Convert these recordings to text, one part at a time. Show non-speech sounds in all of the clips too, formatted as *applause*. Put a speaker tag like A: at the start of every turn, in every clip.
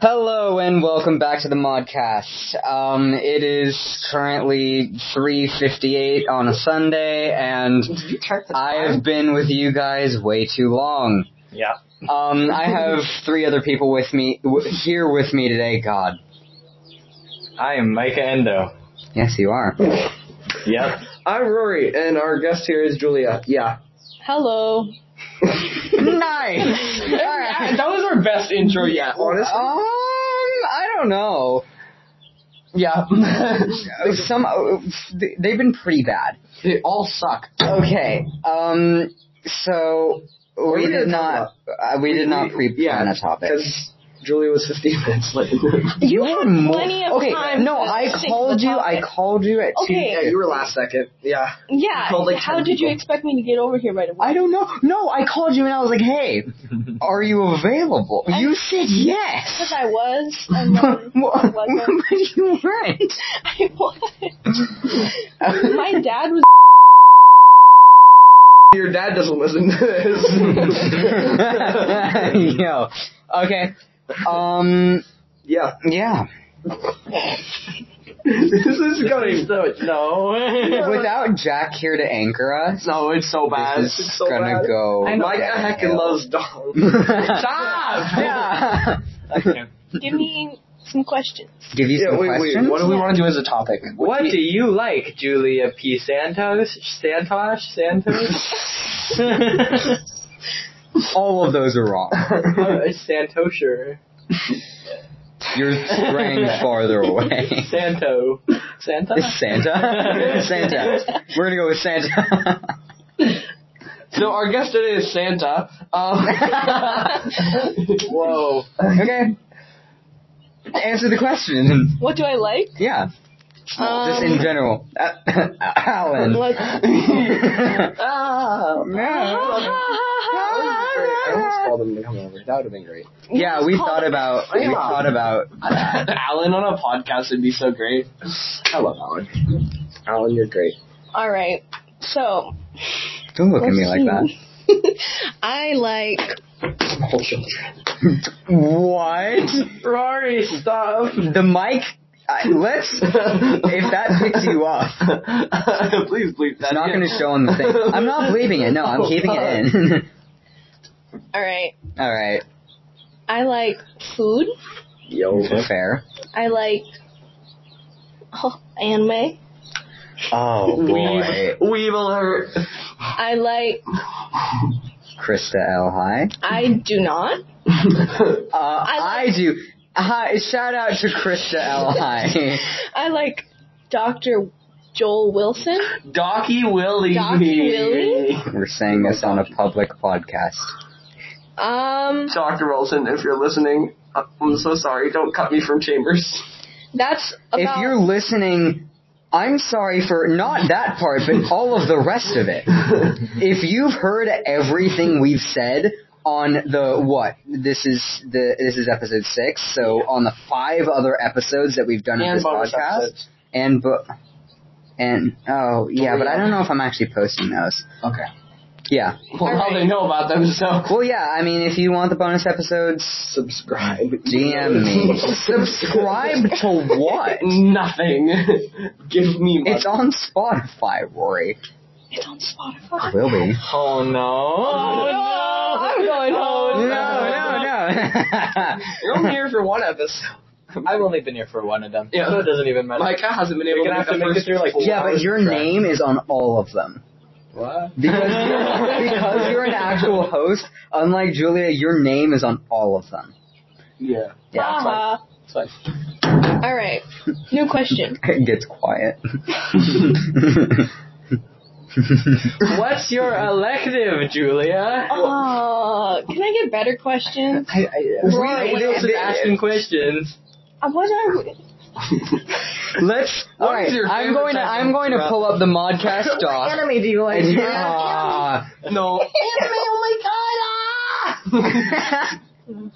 A: Hello and welcome back to the Modcast. Um, it is currently 3.58 on a Sunday and
B: Did you chart the
A: I have
B: time?
A: been with you guys way too long.
C: Yeah.
A: Um, I have three other people with me, w- here with me today, God.
C: I am Micah Endo.
A: Yes, you are.
C: Yep.
D: I'm Rory, and our guest here is Julia. Yeah.
B: Hello.
A: nice! Alright.
C: that was our best intro
D: Yeah, honestly.
A: *laughs* Um, I don't know.
D: yeah.
A: Some, they- they've been pretty bad.
D: they all suck.
A: Okay. Um. So
D: are
A: we
D: we
A: did
D: gonna
A: not.
D: talk
A: Uh, we,
D: We-
A: did not
D: we-
A: pre-plan
D: yeah,
A: a topic.
D: Because Julia was 15 minutes late.
A: You
B: had
A: were more-
B: plenty of
A: okay,
B: time
A: No,
B: to
A: I
B: stick to
A: called
B: the
A: you. I
B: topic.
A: called you at two.
B: Okay.
D: yeah, you were last second. Yeah.
B: Yeah.
D: You called, like,
B: How
D: 10
B: did you
D: people.
B: expect me to get over here right away?
A: I don't know. No, I called you and I was like, "Hey, are you available?"
B: I-
A: you said
B: Because *laughs*
A: yes. *laughs*
B: I was, and then I
A: What-
B: wasn't.
A: but you weren't.
B: *laughs* I was. My dad was. *laughs*
D: Your dad doesn't listen to this.
A: *laughs* Yo. Okay. Um.
D: yeah.
B: *laughs*
A: Yeah.
D: This is going.
C: no.
A: Without Jack here to anchor us,
D: No, it's so bad.
A: this
D: it's
A: is
D: so
A: gonna
D: bad.
A: go.
D: Mike Hecken
A: *laughs*
D: loves dogs. *laughs*
A: Stop! Yeah.
B: Give me some questions.
A: Give you
D: Yeah,
A: some
D: wait, wait,
A: questions.
D: what do we want to do as a topic?
C: what do you like, Julia P. Santos?
D: *laughs*
C: Santosh? Santos?
A: *laughs* All of those are wrong.
C: Uh, Santosher.
A: You're straying
D: *laughs*
A: farther away.
C: Santo. Santa?
A: It's Santa. Santa. We're gonna go with Santa.
D: So our guest today is Santa. Um,
C: Whoa.
A: *laughs* okay. Answer the question.
B: What do I like?
A: Yeah. Just in general. Uh, *coughs* Alan. *laughs* Uh,
D: ah, I almost
A: yeah,
D: called him to come over. That would have been great.
A: we thought about we
D: Yeah.
A: thought about
D: Alan on a podcast would be so great. I love Alan. Alan, you're great.
B: *laughs* All right. So.
A: Don't look at me like that.
B: *laughs* I like.
D: Whole children.
A: What?
C: Rory, stop.
A: The mic. I, let's. If that picks you up,
D: *laughs* please bleep that.
A: it's not going to show on the thing. I'm not bleeping it. No,
D: *laughs*
A: I'm keeping it in. *laughs*
B: All right.
A: All right.
B: I like food.
D: Yo.
A: Fair.
B: I like. Oh, anime.
A: Oh boy.
D: Weeb, weeb *laughs* alert.
B: I like.
A: Krista L. Hi.
B: I do not.
A: Uh, I,
B: like-
A: do. Hi. Shout out to Krista L. Hi.
B: I like Dr. Joel Wilson.
C: Docky Willie.
B: Docky Willie?
A: We're saying this on a public podcast.
B: Um,
D: Dr. Wilson, if you're listening, uh, I'm so sorry. Don't cut me
A: *laughs*
D: from chambers.
B: that's about.
A: If you're listening. I'm sorry for not that part, but all of the rest of it. If you've heard everything we've said on the what? This is the this is episode six. So on the five other episodes that we've done in
D: And
A: this
D: bonus
A: podcast,
D: episodes.
A: and but and oh yeah, but I
D: yeah.
A: don't know if I'm actually posting those.
D: Okay.
A: Yeah.
D: Well, now they know about them, so
A: Well, yeah. I mean, if you want the bonus episodes,
D: subscribe.
A: DM
D: *laughs*
A: me. Subscribe to what?
D: Nothing. Give me money.
A: It's on Spotify, Rory.
B: it's on Spotify.
A: Will *laughs* be.
C: Oh no. Oh
B: I'm going
C: Oh,
A: No,
B: home.
A: no, *laughs* no.
D: You're only here for one episode.
C: I've only been here for one of them.
D: Yeah.
C: So it doesn't even matter.
D: Micah hasn't been able
C: You're
D: to make
C: gonna have to
D: the
C: make it
D: first
C: through, like,
D: four
A: yeah, but
D: hours
A: your
D: of track.
A: name is on all of them.
C: what?
A: Because, because you're an actual host, unlike Julia, your name is on all of them.
D: Yeah.
A: Yeah,
B: Haha.
C: It's fine.
B: Uh-huh. All right. New
A: *laughs*
B: question.
A: it gets quiet.
C: What's your elective, Julia?
B: Oh, can I get better questions?
A: I, I,
B: Rory,
C: What else is asking questions?
B: Uh, What are
A: Let's. All right,
D: your
A: I'm
D: favorite
A: going to
D: type
A: I'm
D: of
A: going to
D: rap?
A: pull up the modcast doc.
D: Anime, do you like?
A: And- Ah.
D: no.
A: *laughs*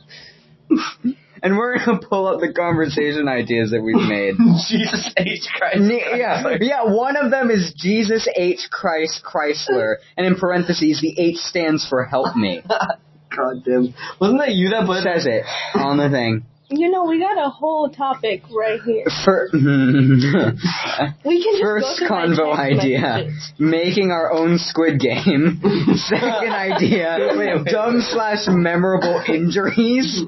A: and we're gonna pull up the conversation ideas that we've
D: *laughs*
A: made.
D: *laughs* Jesus H. Christ.
A: Ne- yeah, yeah. One of them is Jesus H Christ Chrysler, and in parentheses the H stands for Help Me.
D: God damn. Wasn't that you that put
A: Says it on the thing.
B: You know, we got a whole topic right here.
A: For,
B: We can just
A: First
B: go through my
A: convo
B: text
A: idea.
B: messages.
A: *laughs* making our own Squid Game. *laughs* Second idea,
C: Wait, wait,
A: dumb
C: wait.
A: slash memorable injuries.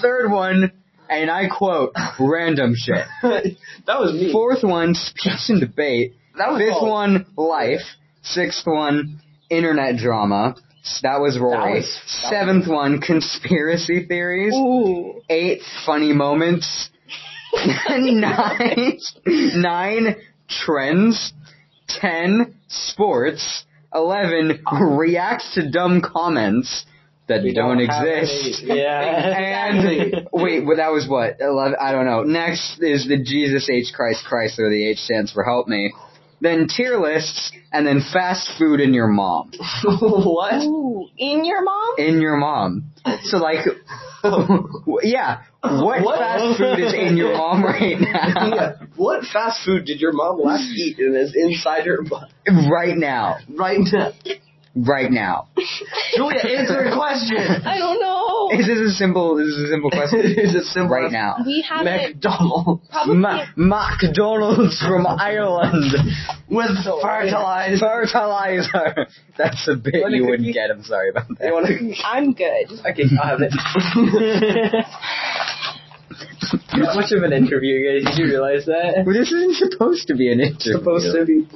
A: Third one, and I quote, random shit.
D: *laughs* that was me.
A: Fourth one, speech and debate.
D: that was
A: Fifth
D: all-
A: one, life. Sixth one, internet drama. S- That was Rory.
D: was- that
A: Seventh one, conspiracy theories.
B: Ooh.
A: Eighth, funny
D: *laughs*
A: moments. *laughs* nine, nine, trends. Ten, sports. Eleven, reacts to dumb comments that
D: We
A: don't,
D: don't have
A: exist.
D: *laughs*
C: any. Yeah.
A: And wait, well, that was what? Eleven? I don't know. Next is the Jesus H Christ Chrysler. The H stands for help me. Then tier lists, and then fast food and your mom.
D: what?
B: *laughs* Ooh. In your mom?
A: In your mom. So like, w- yeah. What,
D: What?
A: fast food is in your mom right now?
D: *laughs* Yeah. What fast food did your mom last eat and is inside her butt
A: Right now.
D: right now?
A: Right now.
D: Julia, answer a question.
B: *laughs* I don't know.
A: Is this a simple? Is this a simple
D: *laughs*
A: question?
D: It's as simple
A: right
D: as
A: now.
B: We haven't
D: McDonald's
B: probably.
A: Ma- McDonald's from Ireland.
D: with fertilized.
A: Fertilizer. That's a bit
C: Want a
A: you wouldn't
C: cookie?
A: get. I'm sorry about that.
D: You wanna-
B: I'm good.
C: Okay, I'll
D: *laughs*
C: have it. Not much of an interview, guys. Did you realize that?
A: Well, this isn't supposed to be an interview.
D: supposed to *laughs* be.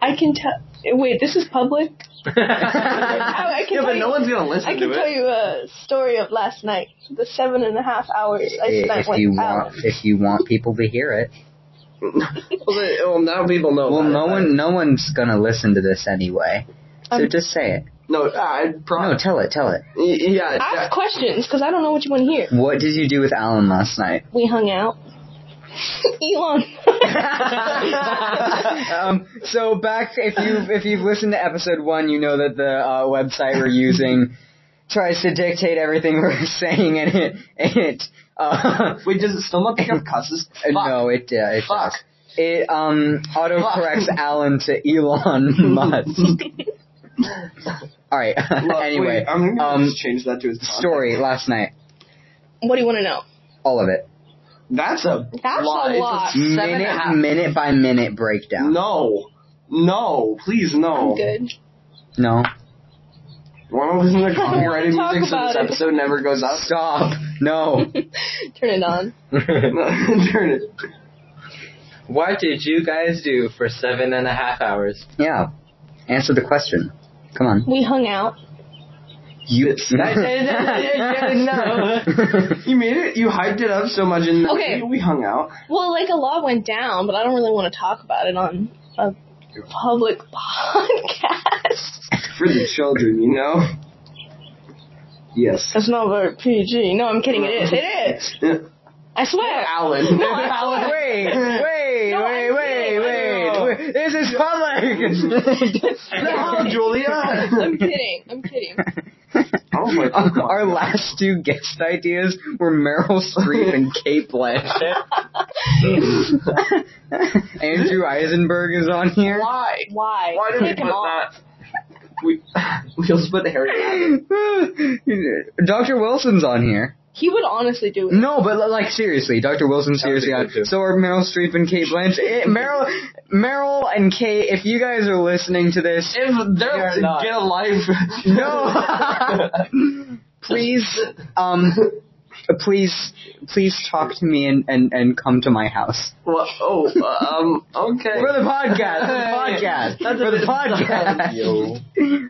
B: I can tell. Wait, this is public.
A: *laughs*
B: Oh, I, I can
D: Yeah,
B: tell
D: but
B: you-
D: no one's gonna listen
B: I
D: to
B: can
D: it.
B: tell you a story of last night. The seven and a half hours I spent
A: If
B: with
A: you
B: Alex.
A: want, if you want people to hear it,
D: Well, they- well, now people know.
A: well,
D: about
A: no
D: it.
A: one, no one's gonna listen to this anyway. So
B: Um,
A: just say it.
D: No, I
A: No,
D: probably.
A: tell it, tell it.
D: yeah,
B: Ask questions because I don't know what you want to hear.
A: What did you do with Alan last night?
B: We hung out. *laughs* Elon. *laughs*
A: *laughs* um, so back if you if you've listened to episode one, you know that the uh, website we're
D: *laughs*
A: using tries to dictate everything we're *laughs* saying, and it it uh,
D: Wait, does it still not pick up *laughs* cusses? Fuck.
A: no it uh, it
D: Fuck.
A: does. it um auto corrects Alan to
D: *laughs*
A: Elon Musk. All right. *laughs*
D: Look,
A: anyway,
D: wait, I'm gonna
A: um,
D: just change that to his contact.
A: story last night,
B: what do you want to know?
A: all of it,
D: That's a
B: That's
D: lot.
B: a
D: It's
B: lot.
D: seven and a
A: minute
D: half-
A: minute by minute breakdown.
D: No, no, please no.
A: Oh.
B: I'm good. *laughs*
A: no.
D: Why don't we listen to copyrighted
B: Talk
D: music so
B: about
D: this
B: it.
D: episode never goes up? *laughs*
A: Stop. No.
B: Turn it on.
D: Turn it.
C: *laughs* What did you guys do for seven and a half hours?
A: Yeah. Answer the question. Come on.
B: We hung out.
A: You.
D: I did- I did- I did not. You made it. You hyped it up so much, and
B: Okay.
D: we hung out.
B: Well, like a lot went down, but I don't really want to talk about it on a public *laughs* podcast.
D: For the children, you know? Yes.
B: That's not very PG. No, I'm kidding. It is. It is. I swear.
D: Alan.
B: No, I-
A: *laughs*
D: Alan.
A: Wait, wait,
B: No,
A: wait,
B: I'm
A: wait,
B: kidding.
A: wait, wait. This is public.
D: No, Oh, Julia.
B: I'm kidding. I'm kidding.
D: *laughs* Oh my God.
A: Our last two guest ideas were Meryl Streep and Kate
D: *laughs*
A: Blanchett. Andrew Eisenberg is on here. *laughs*
D: Why?
B: Why?
D: Why did we
B: Take
D: put
B: him off.
D: that? We we also put Harry.
A: Dr. Wilson's on here.
B: He would honestly do it.
A: No, but like seriously, Dr. Wilson seriously.
C: good,
A: on-
C: too.
A: So are Meryl Streep and Kate Blanchett. It, Meryl, Meryl and Kate. If you guys are listening to this,
D: If they're
C: You're not.
D: get a life,
A: no, please, um, please, please talk to me and and and come to my house
D: *laughs* Well, oh, um, okay.
A: for the podcast. For the podcast.
D: That's
A: for
D: a
A: the
D: bit-
A: podcast.
C: Yo.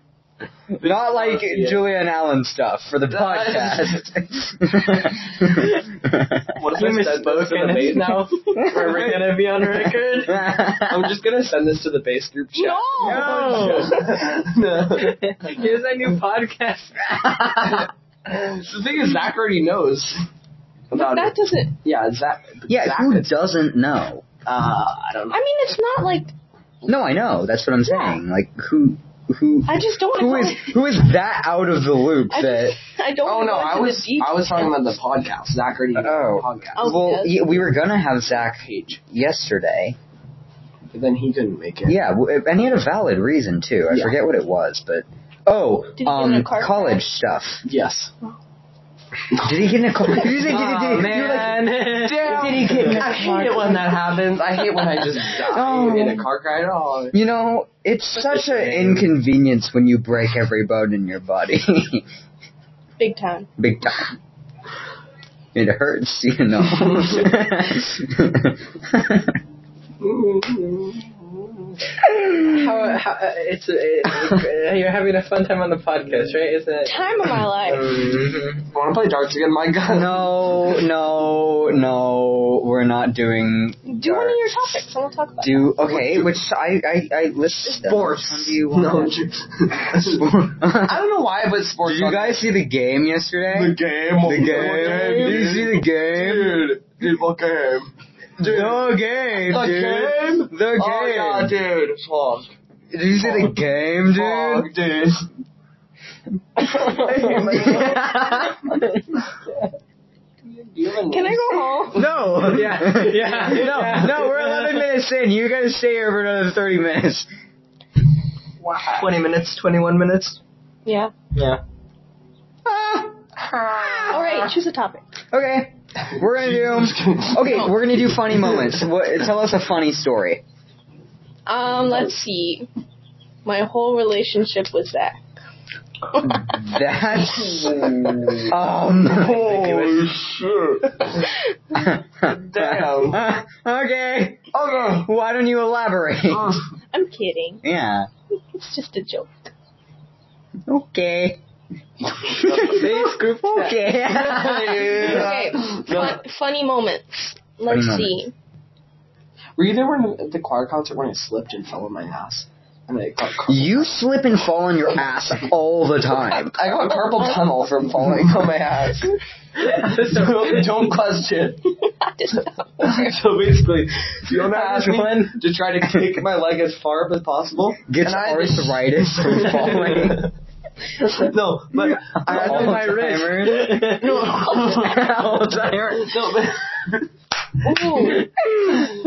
A: Not like
C: Yeah.
A: Julia and Allen stuff for the
D: *laughs*
A: podcast.
D: What if
C: We
D: I said this to the
C: misspoken.
D: base now?
C: Are we gonna be
A: *laughs*
C: on record?
D: I'm just gonna send this to the base group chat.
B: No.
A: No.
D: *laughs*
A: *laughs*
D: No.
C: Here's a new podcast.
D: the thing is, Zach already knows about
B: That
D: it.
B: doesn't.
D: Yeah, Zach.
A: yeah,
D: Zach,
A: who doesn't know?
D: uh, I don't
B: I
D: know.
B: mean, it's not like
A: No, I know. That's what I'm saying. Like who who
B: I just don't
A: who
B: want
A: is
B: to.
A: who is that out of the loop
B: *laughs* I,
A: that
B: just, *laughs* I don't.
D: Oh
B: wanna
D: no,
B: go
D: I
B: into
D: was
B: the deep-
D: I was talking about the podcast. Zach already knows
A: Oh.
D: the podcast
B: Oh,
A: well
B: yes.
A: yeah, we were gonna have Zach
D: page,
A: yesterday.
D: but then he didn't make it.
A: Yeah, w- and he had a valid reason too. I
D: Yeah.
A: forget what it was, but oh,
B: Did he get
A: um,
B: in a car
A: college
B: crash?
A: stuff.
D: Yes.
A: Did he get
B: *laughs*
A: in a car? Did he, did he, did he,
B: Oh,
D: Aw,
A: you're like,
D: man.
A: damn.
D: Did he get I hate it when that happens. I hate when I just die
A: Oh.
D: in a car crash. Oh,
A: you know, it's
D: That's
A: such
D: the
A: an
D: thing.
A: inconvenience when you break every bone in your body. *laughs*
B: Big time.
A: Big time. It hurts, you
B: *laughs*
A: know. *laughs*
C: How, how uh, it's uh, uh, you're having a fun time on the podcast, right? Isn't it?
B: Time of my life.
D: Want to play darts again? My God.
A: no, no, no, we're not doing.
B: Do one of your topics, and we'll talk about. it.
A: Mm. Do okay, which I I I list
D: Sports.
A: Do you want?
D: No, I'm joking. I don't know why, but sports.
A: *laughs* Did you guys see the game yesterday?
D: game.
A: The game. Did you see the game?
D: Dude, dude, what game?
A: The game,
D: The
A: dude.
D: game?
A: The game.
D: Oh, yeah, dude. Fuck.
A: Did you see the game, dude?
D: Fuck, dude.
B: Can I go home?
A: no.
D: *laughs*
C: Yeah, yeah,
A: No,
C: yeah.
A: *laughs* no, we're 11 minutes in. You gotta stay here for another 30 minutes.
B: *laughs*
D: Twenty minutes. Twenty-one minutes.
B: Yeah.
D: Yeah.
A: Ah,
B: All right. Choose a topic.
A: okay. We're gonna do. Okay, we're gonna do funny moments. What, tell us a funny story.
B: Um. Let's see. My whole relationship with Zach.
A: That's.
D: *laughs*
A: Um.
D: Holy shit. Damn.
A: *laughs* okay.
D: Oh
A: Why don't you elaborate?
D: no.
B: *laughs* I'm kidding.
A: Yeah.
B: It's just a joke.
A: Okay.
D: *laughs*
A: okay.
B: Okay. Fun, funny moments. Let's
A: Funny
B: see.
D: Were you there when the choir concert when I slipped and fell on my ass? And I got car-
A: You slip and fall on your ass all the time.
D: I got carpal tunnel from falling on my ass. *laughs* don't, don't question.
B: I *laughs* just
D: so basically, Fiona asked me
C: One.
D: to try to kick my leg as far up as possible.
A: Gets
D: and I had to-
A: arthritis
D: *laughs*
A: from falling.
D: no, but I had to- my
A: *laughs* Alzheimer's.
D: wrist. *laughs*
A: Alzheimer's.
D: No, but.
B: Ooh.
D: Do you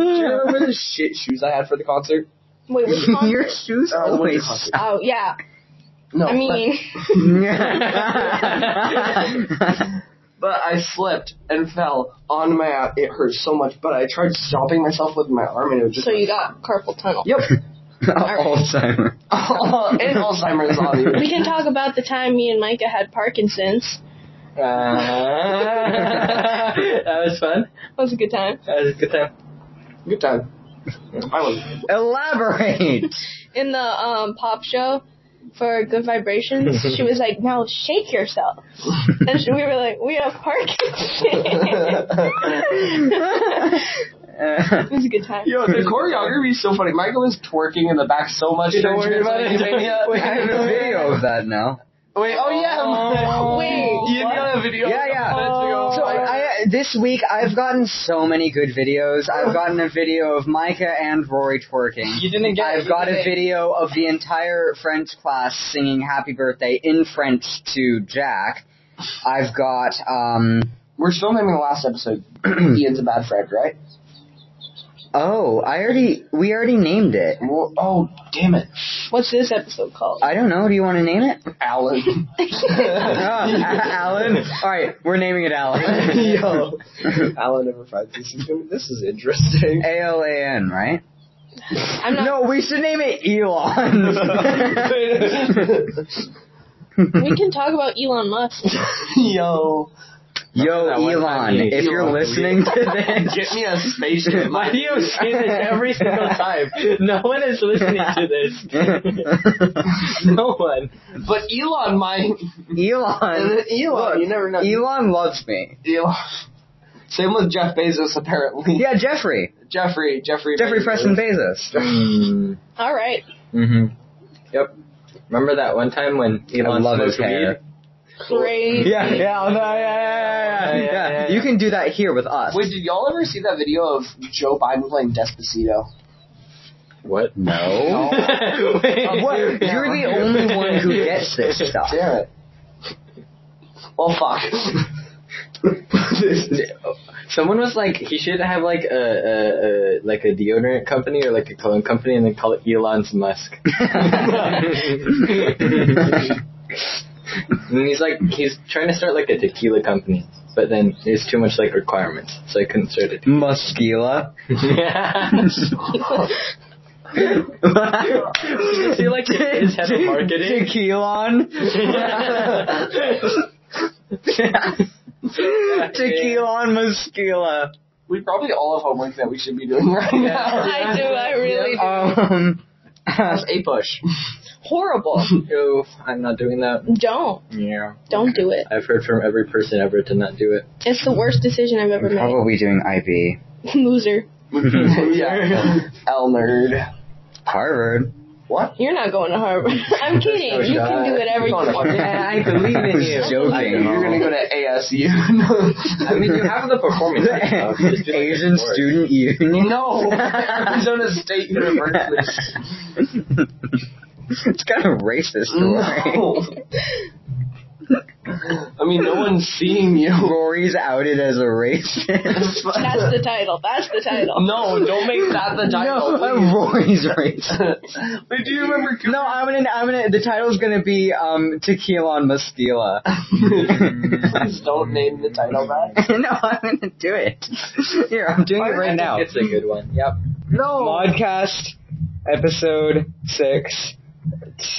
D: remember the shit shoes I had for the concert?
B: Wait. Which one?
A: *laughs* Your shoes
D: Uh, what do you
A: always.
D: call it?
B: Oh yeah.
D: No.
B: I mean, *laughs*
A: *laughs*
D: *laughs* But I slipped and fell on my ass. It hurt so much, but I tried stopping myself with my arm, and it was just.
B: so
D: *laughs*
B: you got carpal tunnel.
D: Yep.
A: Alzheimer.
D: and Alzheimer's on
B: We
D: you.
B: can talk about the time me and Micah had Parkinson's.
C: Uh-huh. *laughs* that was fun.
B: That was a good time.
C: That was a good time.
D: Good time. I was.
A: Elaborate.
B: In the um, pop show for Good Vibrations, she was like, "Now shake yourself," and
A: *laughs*
B: she, we were like, "We have Parkinson's." *laughs*
A: Uh,
B: it was a good time.
D: Yo, the choreography is so funny. Michael was twerking in the back so much.
C: Dude, don't
D: during
C: worry about it.
D: *laughs* Transylvania.
C: Wait,
A: I have a video of that now.
D: Wait, oh yeah.
B: Wait,
D: You didn't know that video?
A: Yeah, yeah.
D: Oh,
A: So I, this week I've gotten so many good videos. I've gotten a video of Micah and Rory twerking.
C: You didn't get.
A: I've got a
C: it.
A: video of the entire French class singing "Happy Birthday" in French to Jack. I've got um
D: We're still naming the last episode. *clears throat* Ian's a bad friend, right?
A: oh I already we already named it.
D: Well, oh, damn it.
B: What's this episode called?
A: I *laughs* don't know. Do you want to name it?
D: Alan.
A: Oh, *laughs* Alan. All right, we're naming it Alan.
D: *laughs* Yo. *laughs* Alan never finds this. Is gonna- This is *laughs* interesting.
A: *laughs* A L A N, right?
B: *laughs* I'm not.
A: No, we should name it
D: *laughs*
A: Elon.
B: We can talk about Elon Musk.
D: Yo.
A: Yo,
C: That one time
A: Elon,
C: you-
A: if you're
D: Elon,
A: listening to this,
D: Get me a spaceship.
C: *laughs* Why
D: *laughs*
C: do you say this every single time? No one is listening to this. *laughs* no one.
D: But Elon, my. Elon,
A: *laughs* Elon,
D: you never know.
A: Elon loves me.
D: Elon. Same with Jeff Bezos, apparently.
A: Yeah, Jeffrey,
D: Jeffrey, Jeffrey.
A: Jeffrey
D: Bezos.
A: Preston Bezos.
E: *laughs*
B: All right.
C: Mm-hmm. Yep. Remember that one time when Elon
A: love his
C: smoked weed?
A: hair.
B: Great.
A: Yeah, yeah, no, yeah, yeah, yeah, yeah,
C: Yeah,
A: yeah.
C: yeah, yeah.
A: You can do that here with us.
D: Wait, did y'all ever see that video of Joe Biden playing Despacito?
C: *laughs* What?
E: *laughs*
A: no.
C: Wait.
A: Uh, what? You're the only one who gets
E: *laughs*
A: this stuff.
D: Damn it. Well, fuck. *laughs*
E: *laughs*
C: Someone was like, he should have like a, a, a like a deodorant company or like a cologne company, and then call it Elon's Musk.
E: And he's like, he's trying to start like a tequila company, but then it's too much like requirements, so I couldn't start
A: *laughs*
E: it.
A: Muskila.
C: *laughs* See, like, his head of marketing. *laughs*
A: Tequilon. Tequilon Muskila.
D: We probably all have homework that we should be doing right now. Uh,
B: I
D: *laughs*
B: do, I really do.
A: Um, *laughs*
D: That's a push. *laughs*
B: Horrible.
E: Oof, I'm not doing that.
B: Don't.
E: Yeah.
B: Don't do it.
E: I've heard from every person ever to not do it.
B: It's the worst decision I've ever
A: how
B: made.
A: about we doing IB?
B: *laughs*
C: *laughs*
B: Loser.
E: *laughs*
D: yeah. L nerd.
C: *laughs*
A: Harvard.
D: What?
B: You're not going to Harvard. I'm kidding.
D: no
B: you can
D: shot.
B: do whatever you
D: You're going to
B: want.
C: Yeah, I believe
A: I
D: *laughs*
C: in
A: was
D: I
C: you.
A: Joking.
D: think you're gonna go to *laughs*
E: I
D: ASU.
E: mean, you have the
D: *laughs*
E: performance. stuff. Just do, like,
A: Asian
E: sports.
A: Student Union.
D: no, Arizona State University.
A: it's kind of racist,
C: *laughs*
A: Rory.
D: No. I mean, no one's seeing you.
A: Rory's outed as a racist.
B: *laughs* That's the title. That's the title.
D: no, don't make that the title.
A: No, Rory's racist.
D: please. Wait, do you remember?
A: No, I'm gonna, I'm gonna. The title's gonna be um, Tequila on Muskila.
D: Please don't name the title that.
A: no, I'm gonna do it. Here, I'm doing it
E: I
A: right
E: think
A: now.
E: It's a good one. Yep.
D: No.
A: Podcast episode six.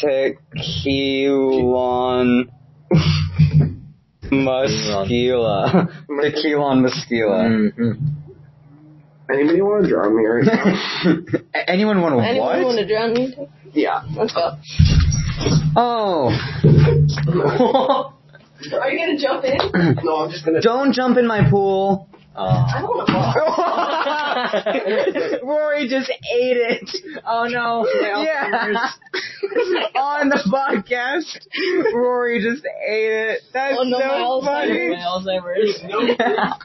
A: Tequilon Muscula. Tequilon Muscula.
E: Mm-hmm.
D: Anybody want to draw me right now? Mm.
A: A- Anyone want to
B: Anyone want
A: what?
B: to drown me?
D: yeah.
B: Let's go.
D: *laughs*
A: Oh,
B: Are you gonna jump in?
D: No, I'm just gonna.
A: don't jump in my pool.
E: Uh,
B: don't want to
A: *laughs*
B: walk.
A: Rory just ate it.
C: Oh no.
A: Yeah. *laughs* On the podcast, Rory just ate it. That's
B: Oh, no, my
A: so funny.
C: Alzheimer's.
B: Alzheimer's.
D: *laughs* No clip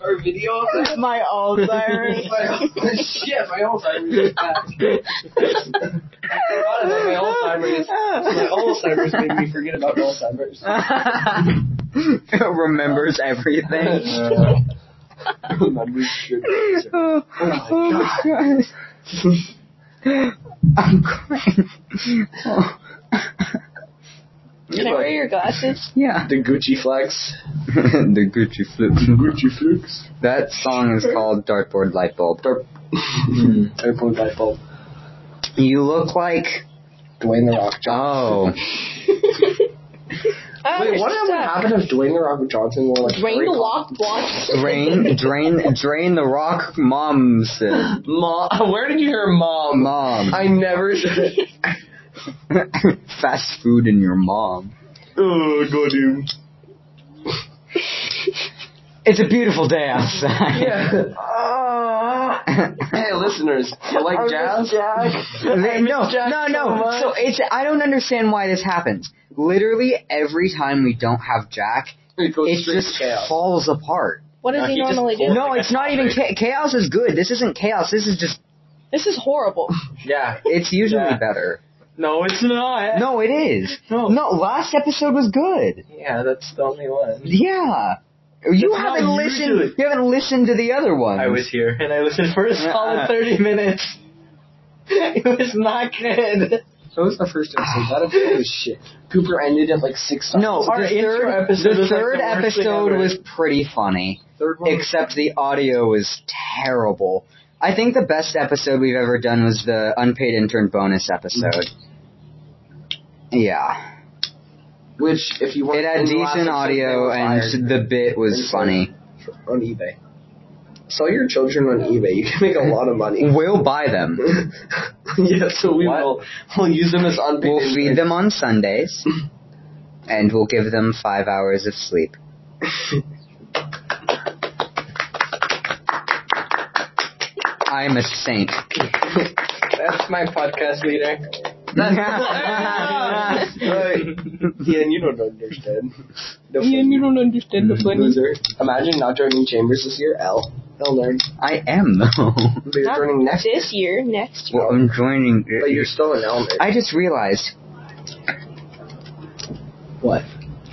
D: or video of that.
A: My
D: *laughs*
A: Alzheimer's.
D: My- Shit, my Alzheimer's. is back. I forgot about my Alzheimer's. My Alzheimer's made me forget about Alzheimer's.
A: Uh, *laughs* Remembers everything.
D: *laughs*
A: oh, my god. *laughs* I'm crying.
D: *laughs*
A: Oh,
B: Can I wear your
A: *laughs*
B: glasses?
A: yeah.
D: The Gucci flex.
A: *laughs* the Gucci flip.
D: Gucci flex.
A: That song is called Dartboard Lightbulb.
D: Airport light bulb.
A: You look like.
D: Dwayne the Rock Johnson.
A: Oh.
B: I
D: Wait, what would
B: understand.
D: happen if Dwayne the Rock Johnson wore like
B: Drain
D: three
B: the
D: col-
B: walk, blonde.
A: Drain, drain, drain the rock moms.
D: Mom, *laughs* where did you hear mom?
A: Mom.
D: I never *laughs* said.
A: *laughs* Fast food and your mom.
D: oh, got him.
A: It's a beautiful day outside.
D: *laughs* Yeah. Hey, listeners, you like jazz? *laughs*
A: They- no,
D: Jack
A: no,
D: so
A: no.
D: much.
A: So it's I don't understand why this happens. Literally every time we don't have Jack,
D: It goes
A: it
D: straight to
A: just
D: chaos.
A: falls apart.
B: What does
E: No,
B: he
E: he just
B: normally do?
E: pulled-
A: No, it's not even cha- chaos is good. This isn't chaos. This is just
B: This is horrible.
E: yeah.
C: *laughs*
A: it's usually
E: Yeah.
A: better.
C: No, it's not.
A: No, it is. No. last episode was good.
E: Yeah, that's the only one.
A: Yeah. You
C: That's how
A: haven't
C: you do
A: listened
C: it.
A: you haven't listened to the other ones.
E: I was here.
C: And I listened for a solid
A: Uh-uh.
C: *laughs* 30 minutes. It was not good.
D: That was the first episode. That episode was shit. Cooper ended at like six
C: *laughs*
D: times.
A: Ah. No,
C: Our
A: the
C: intro
A: third
C: episode
A: the
C: was, like,
A: third
C: the worst thing
A: episode
C: ever.
A: was pretty funny.
D: Third one.
A: except the audio was terrible. I think the best episode we've ever done was the unpaid intern bonus episode. Yeah,
D: Which, if you want,
A: it had decent audio and the bit was funny.
D: on eBay. Sell your children on eBay. You can make a lot of
A: *laughs*
D: money.
A: We'll buy them.
D: yeah, so we
E: What?
D: will. We'll use them as unpaid. *laughs*
A: We'll feed them on Sundays, and we'll give them five hours of sleep.
D: *laughs*
A: I'm a saint.
E: That's my podcast leader.
A: *laughs*
D: *laughs* Right. Yeah, and you don't understand. The
C: you don't understand the
D: fun loser. Imagine not joining Chambers this year. L. L learn.
A: I am though.
D: But you're
B: Not
D: joining next year.
B: this year, next year.
A: Well, I'm joining.
D: But you're still an L nerd.
A: I just realized.
D: What?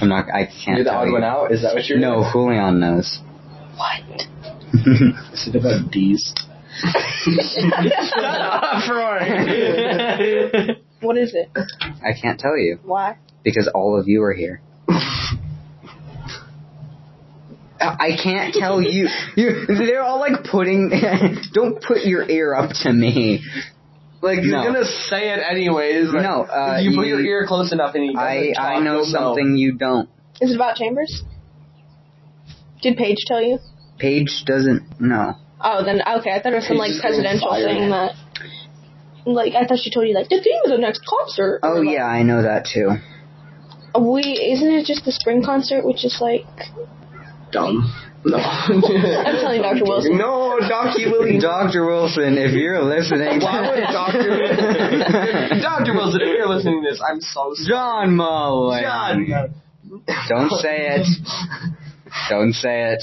A: I'm not. I can't.
E: You're the
A: tell
E: odd
A: you.
E: one out. Is that what you're?
A: No, *laughs* Julian knows.
B: *laughs* What?
D: Is it about D's?
C: Rory.
B: What is it?
A: I can't tell you
E: *laughs*
B: Why?
A: because all of you are here. I can't tell you. You, they're all like putting. *laughs* don't put your ear up to me.
D: Like you're
A: No.
D: gonna say it anyways. Like,
A: No, uh,
D: you put your
A: you-
D: ear close enough and you.
A: I I know
D: *laughs*
A: something you don't.
B: Is it about Chambers? Did Paige tell you?
A: Paige doesn't know.
B: Oh, then okay. I thought it was some
D: Paige
B: like
D: is getting
B: presidential
D: fired.
B: thing that. Like I thought she told you like the theme of the next concert.
A: Oh
B: Or, like,
A: yeah, I know that too.
B: We isn't it just the spring concert, which is like
D: Dumb. No. I'm
B: telling Dr. Wilson.
D: No, Dr. Wilson.
A: Doctor Wilson, if you're listening,
D: Why
A: *laughs*
D: would Dr. Dr. Wilson, if you're listening to this, I'm so sorry.
A: John Mulway.
D: John.
A: Don't say it. Don't say it.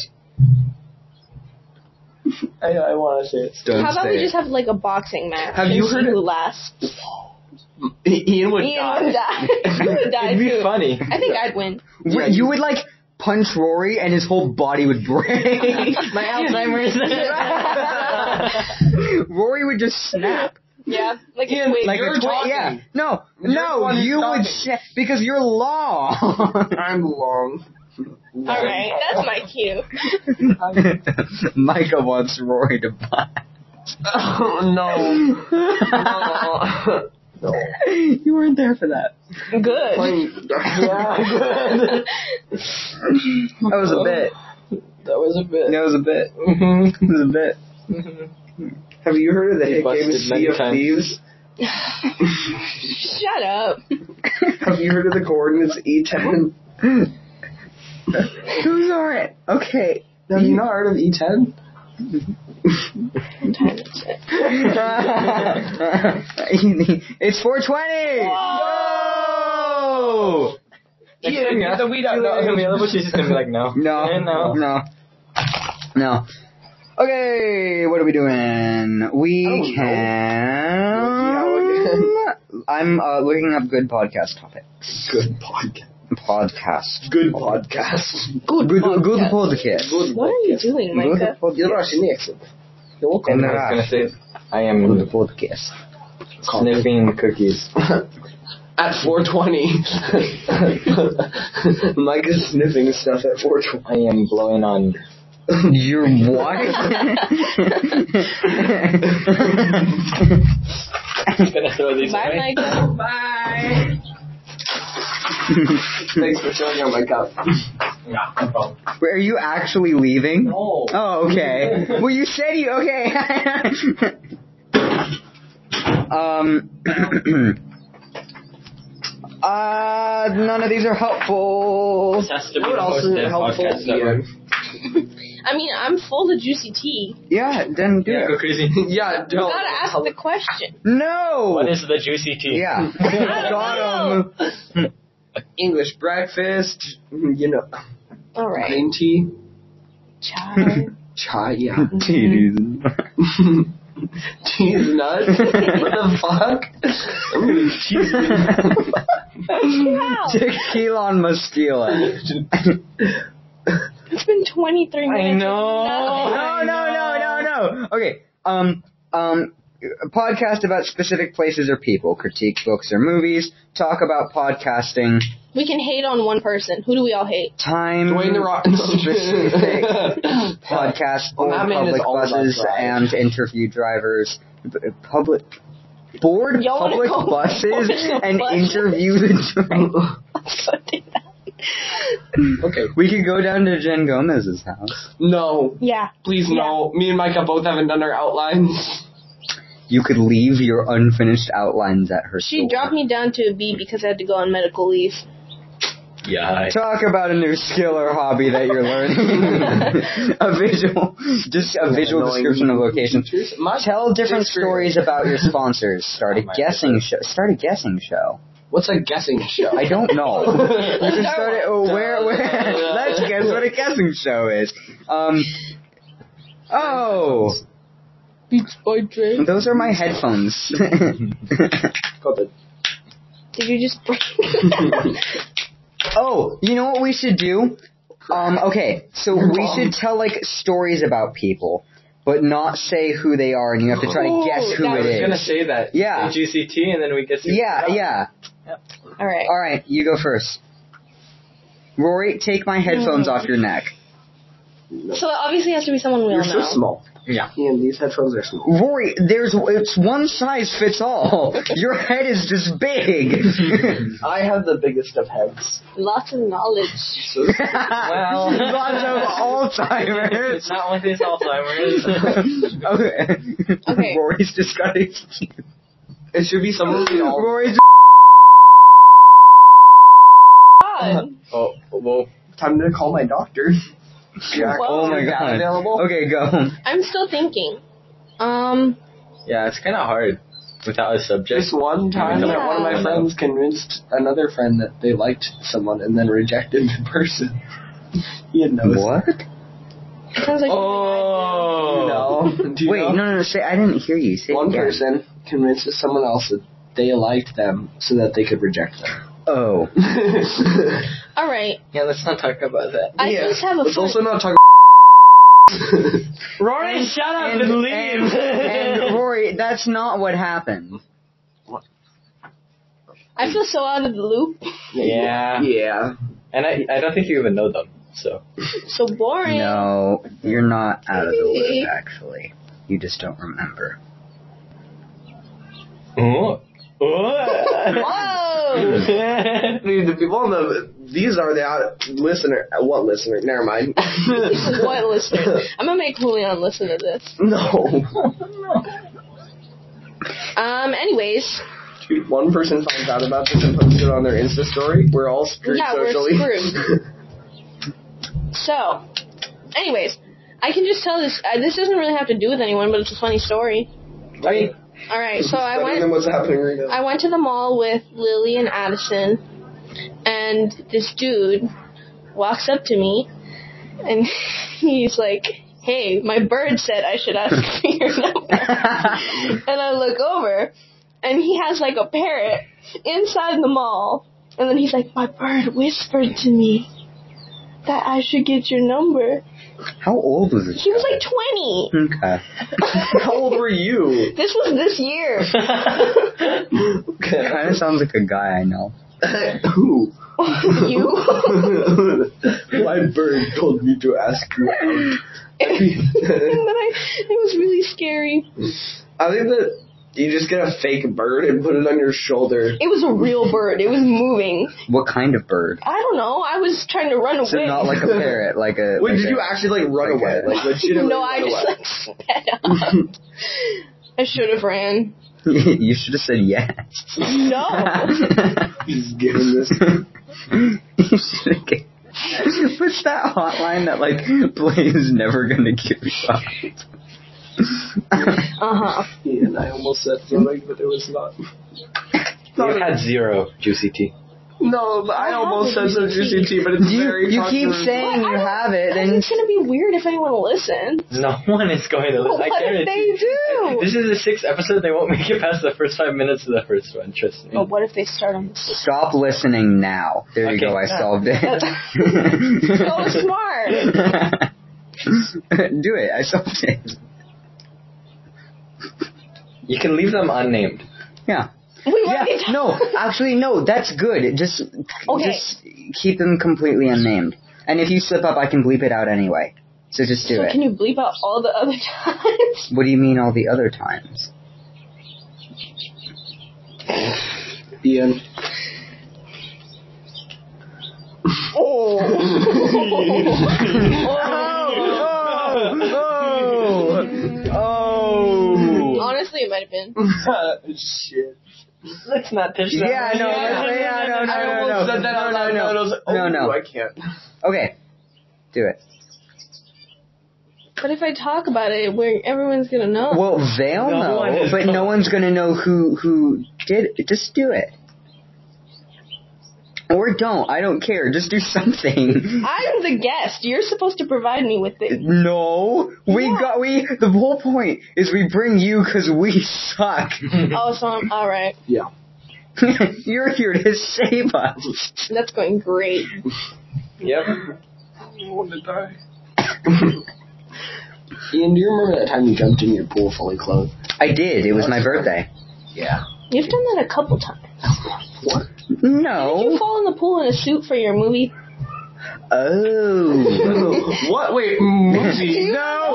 D: I know, I want to say it.
A: Don't
B: how about
A: say
B: we
A: it.
B: just have like a boxing match?
D: Have
B: and
D: you
B: see
D: heard
B: who
D: it?
B: lasts?
D: Ian would
B: Ian would
D: die.
B: die. he would die
E: It'd be
B: too.
A: *laughs*
E: funny.
B: I think I'd win.
A: Wait, you would like punch Rory and his whole body would
B: *laughs*
A: break.
C: My Alzheimer's.
A: Rory would just snap.
B: Yeah, like
D: Ian,
B: wait,
A: Like
D: You're
A: a twi-
D: talking.
A: yeah. No,
D: You're the
A: no,
D: one who's
A: you would
D: talking.
A: snap because you're long.
D: *laughs* I'm long. *laughs*
B: all right, that's my cue.
A: *laughs* Micah wants Rory to buy.
D: Oh, no. No.
E: *laughs*
D: no.
A: *laughs* you weren't there for that.
B: Good.
D: Yeah.
A: That was a bit.
D: *laughs* that was a bit.
A: That was a bit.
D: *laughs* Mm-hmm.
A: It was a bit. Have you heard of the
E: He
A: hit game
E: busted
A: Sea
E: many
A: of
E: times.
A: Thieves?
B: Shut up.
A: Have you heard of the coordinates E E10? Who's on it? Okay.
D: Have you E not heard of
A: E
D: *laughs* E10? *laughs* E
A: it's 420! Whoa!
E: Ian, get the weed out. No, I'm gonna be available. She's just gonna be like,
A: *laughs*
E: no. Eh,
A: No,
E: no.
A: no, no. Okay, what are we doing?
D: don't
A: We
D: know.
A: can. *laughs* I'm uh, looking up good podcast topics.
E: Good podcast.
A: Podcast.
E: Good podcast.
A: Good, good, good podcast.
B: What are you doing, Micah?
E: I
A: And
E: was gonna say, I am
A: Good podcast.
E: sniffing cookies.
D: *laughs* At 420. *laughs* Mike is sniffing stuff at 420.
E: I am blowing on. *laughs*
A: *laughs* Your what?
E: gonna throw these
B: Bye, Micah.
D: Thanks for showing out my cup.
E: Yeah, no problem.
A: Wait, Are you actually leaving?
D: *laughs* No.
A: Oh, okay. well, you said you okay. *laughs* um. *clears throat* uh, none of these are helpful.
E: has to
D: What else is helpful? Ian?
B: I mean, I'm full of juicy tea.
A: Yeah, then do
E: Yeah, go
A: it.
E: crazy.
D: Yeah,
B: You
D: don't.
B: gotta ask the question.
A: No.
E: *laughs* What is the juicy tea? *laughs*
A: yeah.
D: Got him.
A: *laughs*
D: English breakfast, Mm-hmm, you know,
B: All right.
D: green tea, *laughs*
B: Chai.
D: chai, yeah.
A: Titties.
D: Cheese nuts?
E: *laughs*
D: what the fuck? I'm gonna *laughs* cheese
B: Wow.
A: *laughs* Tequila and *laughs* Mastila.
B: *laughs*
E: *laughs*
B: It's been 23 minutes.
C: I
B: Nothing.
C: know.
A: No, no, no, no, no. Okay. Um, um, a podcast about specific places or people. Critique books or movies. Talk about podcasting.
B: We can hate on one person. Who do we all hate? *laughs*
A: Time.
D: Dwayne the
A: *laughs*
D: Rock. *laughs*
A: specific podcast
D: Well,
A: board
D: that man is
A: public
D: all about
A: buses and
D: drives.
A: interview drivers. B- public board
B: Y'all wanna
A: public
B: go
A: buses
B: board the
A: and
B: buses?
A: interview the driver.
D: okay.
A: We could go down to Jen Gomez's house.
D: *laughs* No.
B: Yeah.
D: Please no. Me and Micah both haven't done our outlines.
A: You could leave your unfinished outlines at her
B: She
A: store.
B: dropped me down to a B because I had to go on medical leave.
E: Yeah.
A: Talk about a new skill or hobby that you're learning. a visual, just a visual
D: Annoying
A: description of location.
D: teachers. My-
A: Tell different stories about your sponsors. Start a
E: Oh my
A: guessing show. Start a guessing show.
D: *laughs* What's a guessing show?
A: *laughs*
D: *laughs*
A: I don't know.
D: I
A: Let's just start it. Oh, where, where?
D: Yeah.
A: Let's guess what a guessing show is. Um. Oh,
B: Beats by Dre.
A: those are my headphones.
D: got it.
B: Did you just break?
D: *laughs*
A: oh, you know what we should do? Um. Okay, so we should tell like stories about people, but not say who they are, and you have to try to
B: Ooh,
A: guess who
B: that
E: I was
A: it
E: gonna
A: is.
E: say that.
A: Yeah.
E: Say juicy *laughs* tea, and then we get. to-
A: Yeah, yeah.
B: all right.
A: All right, you go first. Rory, take my headphones off your neck.
B: So it obviously has to be someone we all
D: You're so
B: know.
D: small.
A: Yeah.
D: Ian, these headphones are small.
A: Rory, there's it's one size fits all.
E: *laughs*
A: Your head is just big. *laughs*
D: I have the biggest of heads.
B: Lots of knowledge.
A: well, lots of
E: *laughs*
A: Alzheimer's.
C: It's not one of these Alzheimer's.
A: *laughs* Okay.
D: *laughs*
B: Okay.
A: Rory's just got excuse.
D: It should be someone we all.
A: *laughs* Rory's
B: God.
E: Oh, well,
D: Time to call
A: *laughs*
D: my doctor. Jack,
B: Whoa.
A: Oh my
D: is that
A: God.
D: Available.
A: Okay, go.
B: I'm still thinking. Um,
E: yeah, it's kind of hard without a subject.
D: Just one time
E: Yeah.
D: that one of my friends convinced another friend that they liked someone and then rejected the person. *laughs* He had no.
A: What?
B: it sounds like something
D: Oh. No. *laughs* Do you
A: Wait,
D: know?
A: no, no, no, say I didn't hear you. Say it
D: One
A: again.
D: person convinces someone else that they liked them so that they could reject
B: *laughs*
D: them. *laughs*
A: Oh.
B: I do. All right.
E: Yeah, let's not talk about that.
B: I
D: Yeah.
B: just have a
D: Let's
B: friend.
D: also not talk.
C: Rory, shut up and, leave.
A: And, *laughs* and Rory, that's not what happened.
B: I feel so out of the loop. *laughs*
E: Yeah,
D: Yeah.
E: and I, I don't think you even know them, so
B: So boring.
A: No, you're not out of the
B: Really?
A: loop, actually. You just don't remember.
E: Oh. *laughs*
B: Whoa.
D: The people on the these are the out, listener. uh, What listener? Never mind.
B: *laughs* what listener? I'm gonna make Julian listen to this.
D: *laughs* no.
B: Um. Anyways,
D: Dude, one person finds out about this and posts it on their Insta story. We're all screwed
B: Yeah, we're
D: socially. *laughs*
B: screwed. so, anyways, I can just tell this. Uh, this doesn't really have to do with anyone, but it's a funny story.
D: I mean,
B: All right. So I
D: better than
B: went.
D: what's happening right now.
B: I went to the mall with Lily and Addison, and this dude walks up to me, and *laughs* he's like, "Hey, my bird said I should ask for your number." and I look over, and he has like a parrot inside the mall. And then he's like, "My bird whispered to me that I should get your number."
A: How old was this?
B: He was like 20.
A: *laughs* Okay.
D: How old were
B: *laughs*
D: you? *laughs*
B: This was this year.
A: Kind of sounds like a guy I know.
D: Who?
B: *laughs* you?
D: My bird told me to ask you out.
B: *laughs* and then I, it was really scary.
D: I think that you just get a fake bird and put it on your shoulder.
B: It was a real bird. It was moving.
A: What kind of bird?
B: I don't know. I was trying to run
A: So
B: away.
A: not like a parrot, like a.
D: Wait,
A: like
D: did
A: a- *laughs*
D: you actually like run
A: Like
D: away?
A: a-
B: *laughs*
D: Like legitimately?
B: no, I
D: run
B: just
D: away?
B: like sped up. *laughs* I should have *laughs* ran.
A: you should have said *laughs* yes.
B: No.
D: He's giving this.
A: You should've g- What's that hotline that like Blaine's never gonna give you up?
B: Uh huh.
D: And I almost said something, but it was not.
E: you had zero juicy tea.
D: No, but I
B: I
D: almost said
B: have
D: some
B: a
D: juicy tea, but it's
A: You,
D: very
A: you keep
D: controversial. *laughs*
B: *laughs*
A: saying you
B: What? I
A: have it, and
B: It's gonna be weird if anyone listens.
E: No one is going to
B: But
E: listen. I
B: what if
E: guarantee.
B: they do?
E: This is the sixth episode. They won't make it past the first five minutes of the first one. Trust me.
C: Oh,
B: But what if they start on this?
A: stop listening now. There you
E: Okay.
A: go. I solved *laughs*
B: So
A: it.
B: smart. *laughs*
A: *laughs* Do it. I solved it.
E: You can leave them unnamed.
A: Yeah.
B: *laughs* We
A: Yeah.
B: already talked-
A: No. Actually, no. That's good. Just,
B: Okay.
A: just keep them completely unnamed. And if you slip up, I can bleep it out anyway. So just do
B: So
A: it.
B: can you bleep out all the other *laughs* times?
A: What do you mean all the other times?
D: Ian.
A: Oh! Oh!
B: *laughs* Honestly, it might have been.
D: Shit.
C: Let's not dish that.
A: Yeah, no, yeah, no, no,
D: I
A: no,
D: almost
A: no,
D: said that out
A: no,
D: loud.
A: no,
D: and I was like, oh,
A: no, no.
D: I can't.
A: Okay, do it.
B: But if I talk about it, where everyone's gonna know.
A: Well, they'll
E: No one
A: know,
E: is
A: but no
E: going-
A: one's gonna know who who did. It. Just do it, or don't. I don't care. Just do something. *laughs*
B: I'm the guest. You're supposed to provide me with it.
A: No, we
B: Yeah.
A: got we. The whole point is we bring you because we suck.
B: *laughs*
A: *laughs*
B: Oh, so I'm all right.
D: Yeah.
A: You're here to save us.
B: That's going great.
E: Yep.
D: Ian, do you remember that time you jumped in your pool fully *laughs* clothed?
A: I did. It was my birthday.
D: Yeah.
B: You've done that a couple times.
D: What?
B: Did you
A: No,
B: fall in the pool in a suit for your movie?
A: Oh.
C: what?
D: *laughs*
C: Wait, movie? No,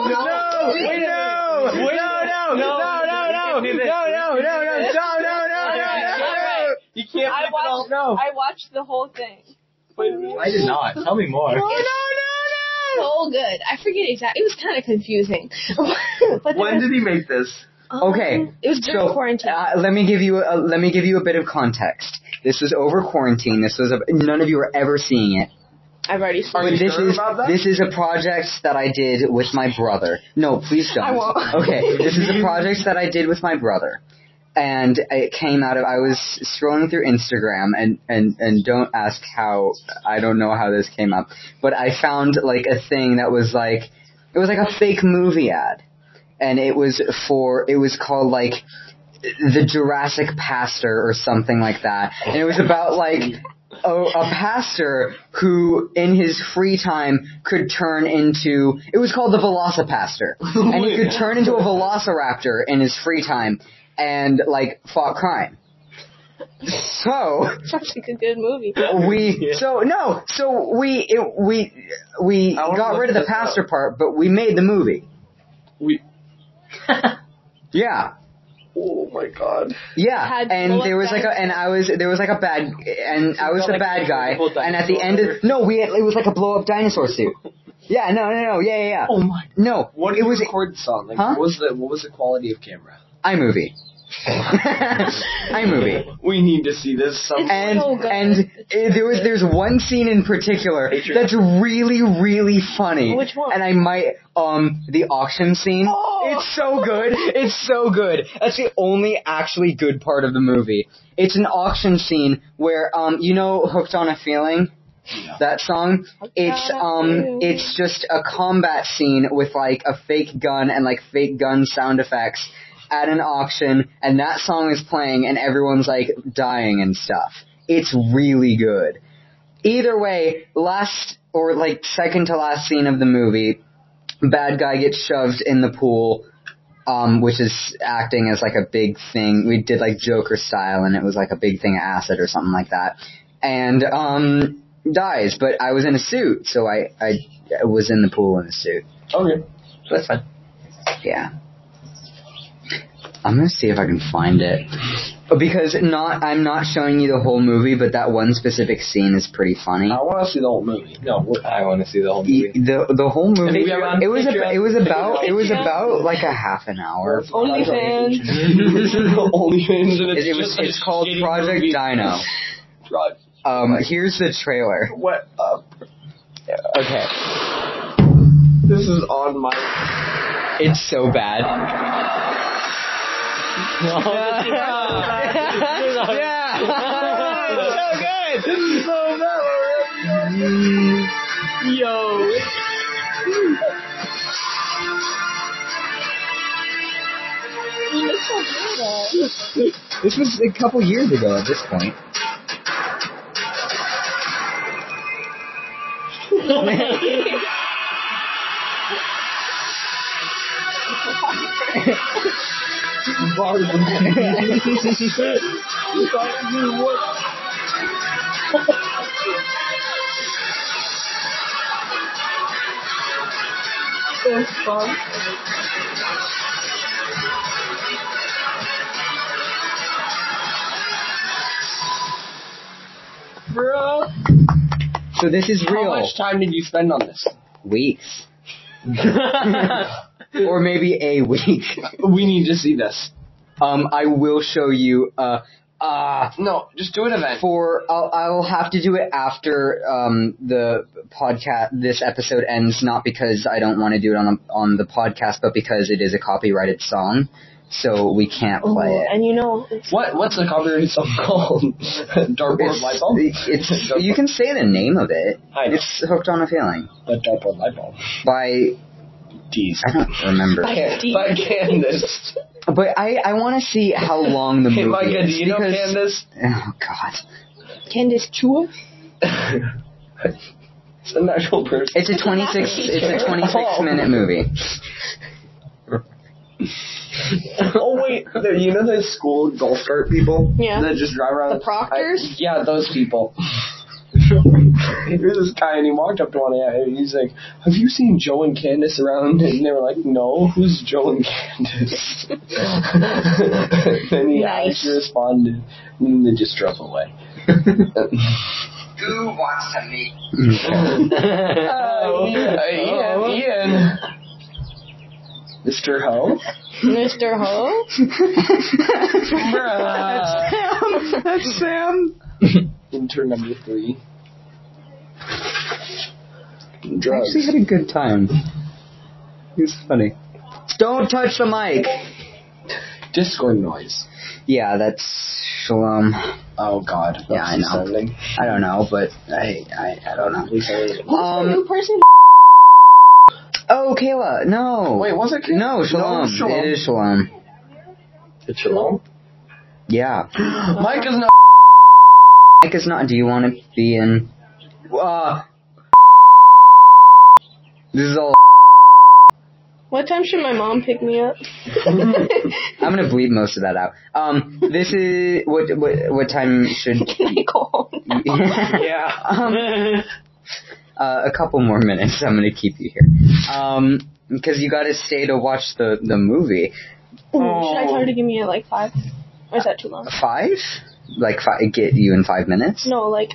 C: no, no,
D: Wait a minute. Wait
C: no, no,
D: a
C: no, no, no, no, no, no, no, no,
D: Do this.
C: no, no, no, no, no.
D: You can't
F: I
D: leave it all.
F: watched.
C: No.
F: I watched the whole thing.
D: Wait a minute.
E: I did not. Tell me more.
B: so good. I forget exactly. It was kind of confusing. *laughs* but there
D: When
B: was-
D: did he make this?
B: um,
A: Okay,
B: It was *laughs* during
A: so,
B: quarantine.
A: Uh, let me give you a, let me give you a bit of context. This was over quarantine. This was a, none of you were ever seeing it.
B: I've already seen
A: But
B: it. *laughs*
D: you
A: this
D: sure
A: is
D: about that?
A: this is a project that I did with my brother. No, please don't.
B: I won't.
A: *laughs* Okay, this
D: *laughs*
A: is a project that I did with my brother, and it came out of I was scrolling through Instagram and and and don't ask how I don't know how this came up, but I found like a thing that was like it was like a fake movie ad, and it was for it was called like the Jurassic pastor or something like that, and it was about like a, a pastor who, in his free time, could turn into. It was called the Velocipastor, and he could turn into a Velociraptor in his free time, and like fought crime. So
B: Sounds like a good movie.
D: *laughs*
A: we
C: Yeah.
A: so no so we it, we we
D: I wanna
A: got
D: look
A: rid of the
D: this up.
A: pastor part, but we made the movie.
D: We.
A: *laughs* Yeah.
D: Oh my god.
A: Yeah,
B: had
A: and
B: full
A: there was like a,
B: effect.
A: and I was there was like a bad, and I was
C: got,
A: the
C: like,
A: bad
C: a
A: guy,
C: movable
A: and at the end of no, we had, it was like a blow up dinosaur suit. Yeah, no, no, no, yeah, yeah, yeah.
D: Oh my.
A: No,
D: What did
A: it
D: you
A: was
D: record this on? Like,
A: Huh?
D: what was the what was the quality of camera? *laughs*
A: iMovie. *laughs* iMovie.
D: We need to see this. Some.
A: And
B: so good.
A: and uh, there was there's one scene in particular
E: Patriot.
A: that's really really funny.
B: Which one? Oh.
A: And I might um the auction scene. It's so good. It's so good. That's the only actually good part of the movie. It's an auction scene where um you know hooked on a feeling that song it's um it's just a combat scene with like a fake gun and like fake gun sound effects at an auction and that song is playing and everyone's like dying and stuff it's really good either way last or like second to last scene of the movie bad guy gets shoved in the pool um, which is acting as like a big thing. We did like Joker style, and it was like a big thing of acid or something like that, and um, dies. But I was in a suit, so I, I I was in the pool in a suit.
D: okay, that's fine.
A: Yeah. I'm gonna see if I can find it because not I'm not showing you the whole movie, but that one specific scene is pretty funny.
D: I want to see the whole movie. No, we're,
E: I want to see the whole
C: E
A: Y-
E: movie.
A: The the whole movie
E: Patreon,
A: it was a,
E: Patreon,
A: it was about it was
B: Patreon.
A: about like a half an hour.
B: OnlyFans.
D: *laughs* OnlyFans. And
A: It,
D: it's
A: it was
D: just
A: it's
D: a
A: called
D: shitty
A: Project
D: movie.
A: Dino.
D: Project-
A: Um, here's the trailer.
D: What Uh, up?
A: Okay,
D: This is on my.
A: it's so bad.
D: *laughs*
A: *laughs*
D: *laughs*
A: *laughs* yeah.
D: It's so good. This is so bad already. Yo.
A: This was a couple years ago at this
D: *laughs*
A: point.
D: Bro,
A: So this is
D: how
A: real.
D: much time did you spend
A: *laughs*
D: on this?
A: Weeks, or maybe a week.
D: we need to see this.
A: Um, I will show you. Uh, uh
D: No, just do an event.
A: for I'll I'll have to do it after um the podcast this episode ends not because I don't want to do it on a, on the podcast but because it is a copyrighted song so we can't
B: Oh,
A: play it.
B: and you know, it's
D: What what's the copyrighted song called? *laughs* Dartboard light bulb.
A: It's, it's you can say the name of it.
D: I know.
A: It's hooked on a feeling
D: But dartboard light bulb.
A: by
D: Jeez.
A: I don't remember,
D: Can, by Candace.
A: but I I want to see how long the
D: *laughs* Hey,
A: movie
D: Micah, do
A: is
D: you know
A: because
D: Candace?
A: oh god
B: Candace Chua.
D: *laughs* it's an actual person.
A: it's a twenty six it's a twenty six
D: Oh.
A: minute movie.
D: oh wait, there- you know those school golf cart people
B: Yeah.
D: that just drive around
B: The
D: I-
B: Proctors?
D: yeah, those people. *laughs* Here's this guy, and he walked up to one guy, and he's like, "Have you seen Joe and Candace around?" And they were like, "No, who's Joe and Candace?" *laughs* then he
B: Nice.
D: actually responded, and they just drove *laughs* away.
F: Who wants to meet?
A: Oh.
D: Uh, Ian, Ian. Mr. Ho?
B: Mr. Ho?
D: Bruh.
C: Sam, that's Sam.
D: Intern number three.
A: I
D: Drugs.
A: actually had a good time. It was funny. Don't touch the mic.
D: Discord noise.
A: Yeah, that's Shalom.
D: Oh god.
A: Yeah, I know.
D: Sounding.
A: I don't know, but I I, I don't know.
B: Um,
A: Um.
B: new person?
A: Oh, Kayla. No.
D: Wait, was it?
A: No, Shalom.
D: No, Shalom.
A: It is Shalom.
E: It's Shalom.
D: *gasps*
A: Yeah.
D: Mike is not.
A: Mike is not. Do you want to be in? Uh. This is all.
B: What time should my mom pick me *laughs* up?
A: I'm gonna bleed most of that out. Um. This is what what what time
B: *laughs*
A: should?
B: Can I go home?
A: yeah. Um. Uh, a couple more minutes. I'm gonna keep you here. Um. Because you gotta stay to watch the the movie.
B: Ooh, Should I tell her to give me at like five? Or is that too long?
A: Five? Like five? Get you in five minutes?
B: No, like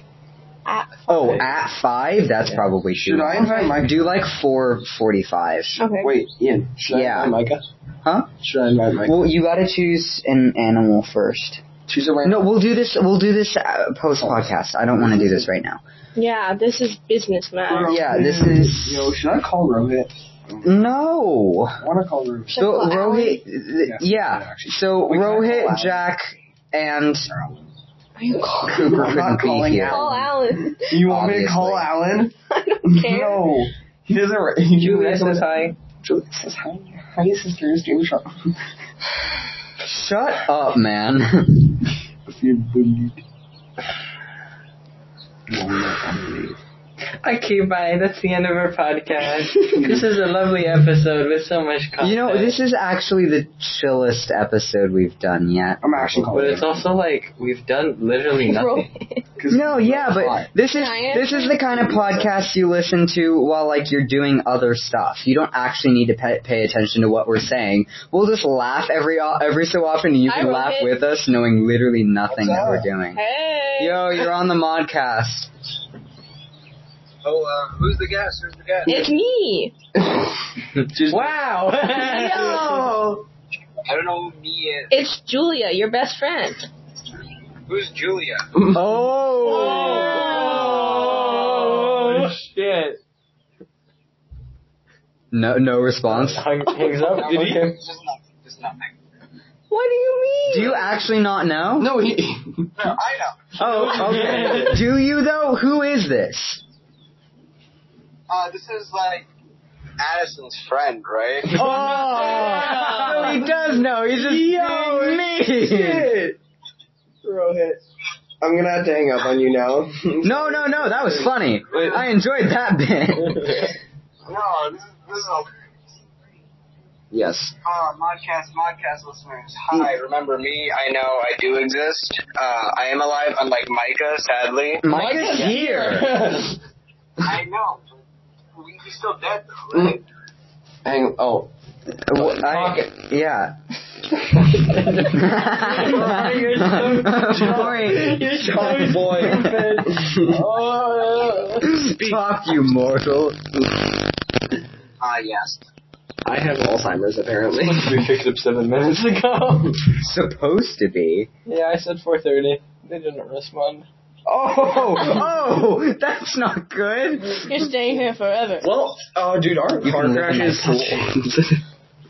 B: at
A: Oh, at five? That's probably
D: Should I invite Mike?
A: Do like four forty-five?
B: Okay.
D: Wait, Ian. Should
A: Yeah.
D: I invite Micah?
A: Huh?
D: Should I invite Micah?
A: Well, you gotta choose an animal first.
D: Choose a random.
A: No, we'll do this. We'll do this uh, post podcast. I don't want to do this right now.
B: Yeah, this is business matter.
A: Yeah, this is
D: Yo, should I call Rohit?
A: no.
D: I want to call Rohit.
A: So
B: Well,
A: Rohit,
D: Yeah.
A: yeah. So
D: We can't call
A: Rohit,
D: Alan.
A: Jack, and
B: Are you calling?
A: Cooper
D: I'm not
A: couldn't be
D: calling
A: here.
B: Call Alan.
D: You want me to
A: Obviously.
D: call Alan?
B: *laughs* I don't care.
D: No. He doesn't. He
E: Julia
D: doesn't
E: says
D: recognize-
E: hi.
D: Julia says hi. Hi, sisters. Do you shop? *laughs*
A: Shut up, man.
D: *laughs*
C: Okay, bye. That's the end of our
D: *laughs*
C: podcast. this is a lovely episode with so much content.
A: you know this is actually the chillest episode we've done yet.
D: I'm actually
E: But
D: calling
E: it's also like we've done literally
B: Bro,
E: nothing.
A: No, yeah,
D: *laughs*
A: but this is
B: Can I
A: this is the kind of podcast you listen to while like you're doing other stuff. You don't actually need to pay, pay attention to what we're saying. We'll just laugh every o- every so often, and you
B: Hi,
A: can
B: Rohit.
A: laugh with us, knowing literally nothing
D: What's
A: that
D: up?
A: we're doing.
B: hey.
A: Yo, you're on the
D: *laughs*
A: modcast.
F: Oh, uh, who's the guest? Who's the guest?
B: It's me.
C: wow.
B: Yo.
F: I don't know who me is.
B: It's Julia, your best friend.
F: Who's Julia?
C: Oh, shit.
A: No, no response.
E: Hung, hangs up. Did he?
F: It's just nothing. Just nothing.
B: What do you mean?
A: Do you actually not know?
D: No, he.
F: No, I know.
A: Oh, okay. Do you though? Who is this?
F: Uh, this is like Addison's friend, right?
A: Oh, so he does know. He's just being mean.
D: Rohit. I'm gonna have to hang up on you now.
A: No, no, no, that was funny. I enjoyed that bit.
F: No, this is, this is a
D: yes.
F: Uh, modcast, modcast listeners, hi. Remember me? I know I do exist. Uh, I am alive, unlike Micah, sadly.
A: Mike is here.
F: I know. but We, we still dead, though, right?
D: *laughs* Hang. Oh.
A: Wh- I- *laughs* yeah.
C: You're so
A: *laughs* Sorry.
C: You're so
D: *laughs*
C: stupid.
A: Talk, you mortal.
F: Ah, yes.
D: I have Alzheimer's apparently.
E: we picked up seven minutes ago.
A: Supposed to be.
E: yeah, I said 4:30. They didn't respond.
A: Oh, oh, that's not good.
B: You're staying here forever.
D: well, oh, dude, our car crash is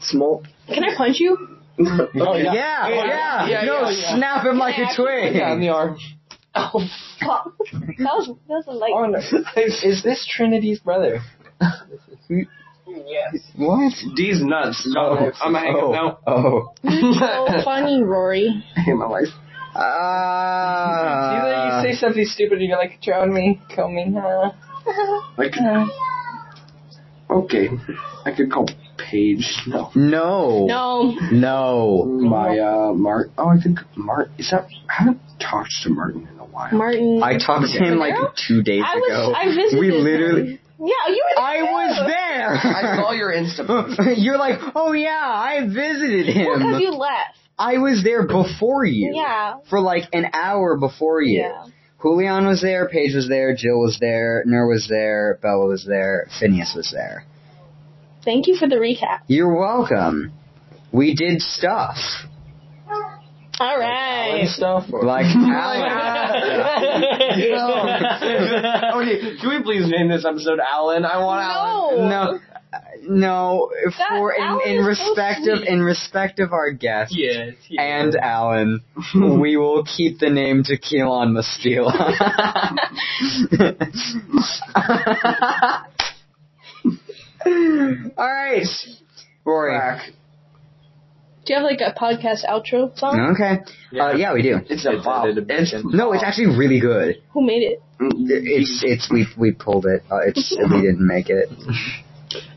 D: small.
B: Can I punch you?
E: Oh
A: Yeah, yeah.
E: yeah,
A: no,
E: yeah, yeah.
A: snap him like a
D: *laughs*
A: twig.
E: Yeah, in the arm.
D: Oh,
B: Fuck. That was that was a light.
E: Oh no! Is this Trinity's brother?
F: Yes.
A: What?
D: D's nuts.
A: Oh,
D: I'm gonna hang
A: oh,
D: up
A: Oh. *laughs*
B: so funny, Rory.
D: now. Hey, my life.
A: Ah. Uh,
E: Either you say something stupid and you're like, drown me, kill me, huh?
D: Like, okay, I could call Paige. No.
A: no.
B: No.
A: No.
D: My uh, Mart. Oh, I think Mart. Is that? I haven't talked to Martin in a while. *laughs*
B: Martin.
A: I talked to him like two days
B: I
A: ago.
B: was. I visited.
A: we
B: him.
A: literally.
B: Yeah, you were. There
A: I was there.
G: I saw your Insta.
A: *laughs* You're like, oh yeah, I visited him.
B: because you left.
A: I was there before you.
B: Yeah.
A: For like an hour before you.
B: Yeah.
A: Julian was there, Paige was there, Jill was there, Nur was there, Bella was there, Phineas was there.
B: Thank you for the recap.
A: You're welcome. We did stuff.
B: All right.
E: and stuff. Or
B: *laughs*
A: Like Alan.
C: No.
D: *laughs* Okay, can we please name this episode Alan? I want Alan.
B: No.
A: No. No,
B: That-
A: for in,
B: Alan
A: in
B: is so
A: respect of
B: sweet.
A: in respect of our guests
C: Yes. yes.
A: and
D: *laughs*
A: Alan, we will keep the name to Keelan
B: *laughs*
A: Mastila. *laughs* All right, Rory.
G: Crack.
B: Do you have like a podcast outro song?
A: Okay. Yeah. Uh, yeah, we do.
D: It's a bop.
E: edited
D: It's
E: version.
A: No, it's actually really good.
B: Who made it?
A: It's it's we we pulled it. Uh, it's we didn't make it.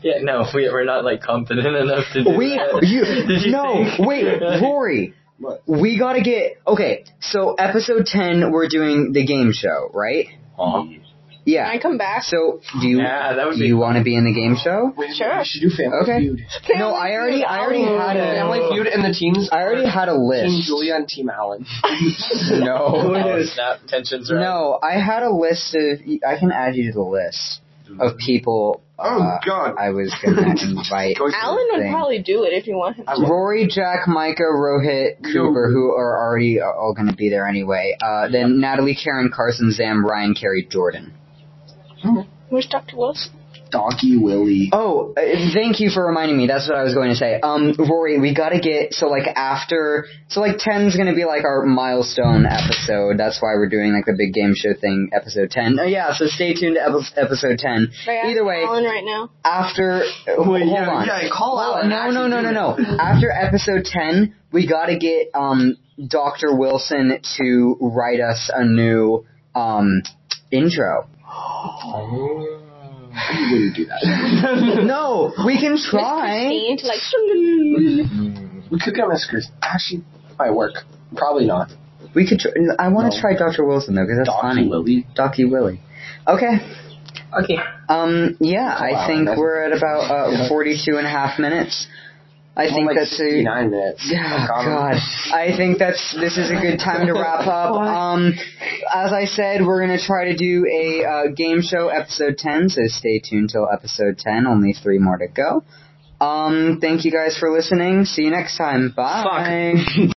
E: Yeah, no, we, we're not like competent enough to do
A: We
E: that. *laughs* Did
A: you
E: you
A: no
E: think?
A: wait Rory.
D: What?
A: We gotta get okay. So episode ten, we're doing the game show, right?
E: Aw.
B: Can I
A: Yeah.
B: come back?
A: So do you
E: Yeah, that would
A: do
E: be.
A: you want to be in the game show?
D: We,
B: Sure.
D: we should do Family
A: Okay.
D: Feud.
A: No, I already I already had
D: Family
B: Oh,
A: a
D: Feud and the teams.
A: I already had a
D: Team
A: list.
D: Julia and
A: *laughs*
D: Team Alan.
E: *laughs* Oh,
A: No,
E: snap! Tensions are. up.
A: no, I had a list of. I can add you to the list of people.
D: Oh,
A: uh,
D: God.
A: I was gonna invite.
D: Go-
B: Alan would
A: Thing.
B: probably do it if you want him.
D: I love-
A: Rory, Jack, Micah, Rohit, Cooper, who are already are all going to be there anyway. Uh, then Natalie, Karen, Carson, Zam, Ryan, Carey, Jordan.
B: Where's Dr. Wilson?
D: Doggy
A: *gasps*
D: Willie.
A: Oh, uh, thank you for reminding me. That's what I was going to say. Um, Rory, we gotta get so like after so like ten's gonna be like our milestone episode. That's why we're doing like the big game show thing, episode ten. Oh yeah, so stay tuned to epi- episode ten.
B: Right,
A: Either way,
B: Alan right now.
A: after uh, hold on.
D: call
A: Oh, no, no, no, no, no. *laughs* After episode 10, we gotta get, um, Dr. Wilson to write us a new, um, intro.
D: We wouldn't do that.
A: *laughs* No, we can try.
B: Christine to like.
D: we could get Miss Chris. Actually, might work. Probably not.
A: We could try. I wanna
D: No.
A: try Dr. Wilson though, because that's
D: Doggy
A: funny.
D: Willie.
A: Docky Willie. Okay.
E: Okay.
A: Um, yeah, I
D: Wow,
A: think
D: that's-
A: we're at about, uh, 42 and a half minutes. I think
D: like
A: that's a,
D: 69 minutes.
A: Yeah,
D: Like,
A: God.
D: um,
A: I think that's this is a good time to wrap up. Um, as I said, we're gonna try to do a uh, game show episode ten, so stay tuned till episode ten. Only three more to go. Um, thank you guys for listening. See you next time. Bye.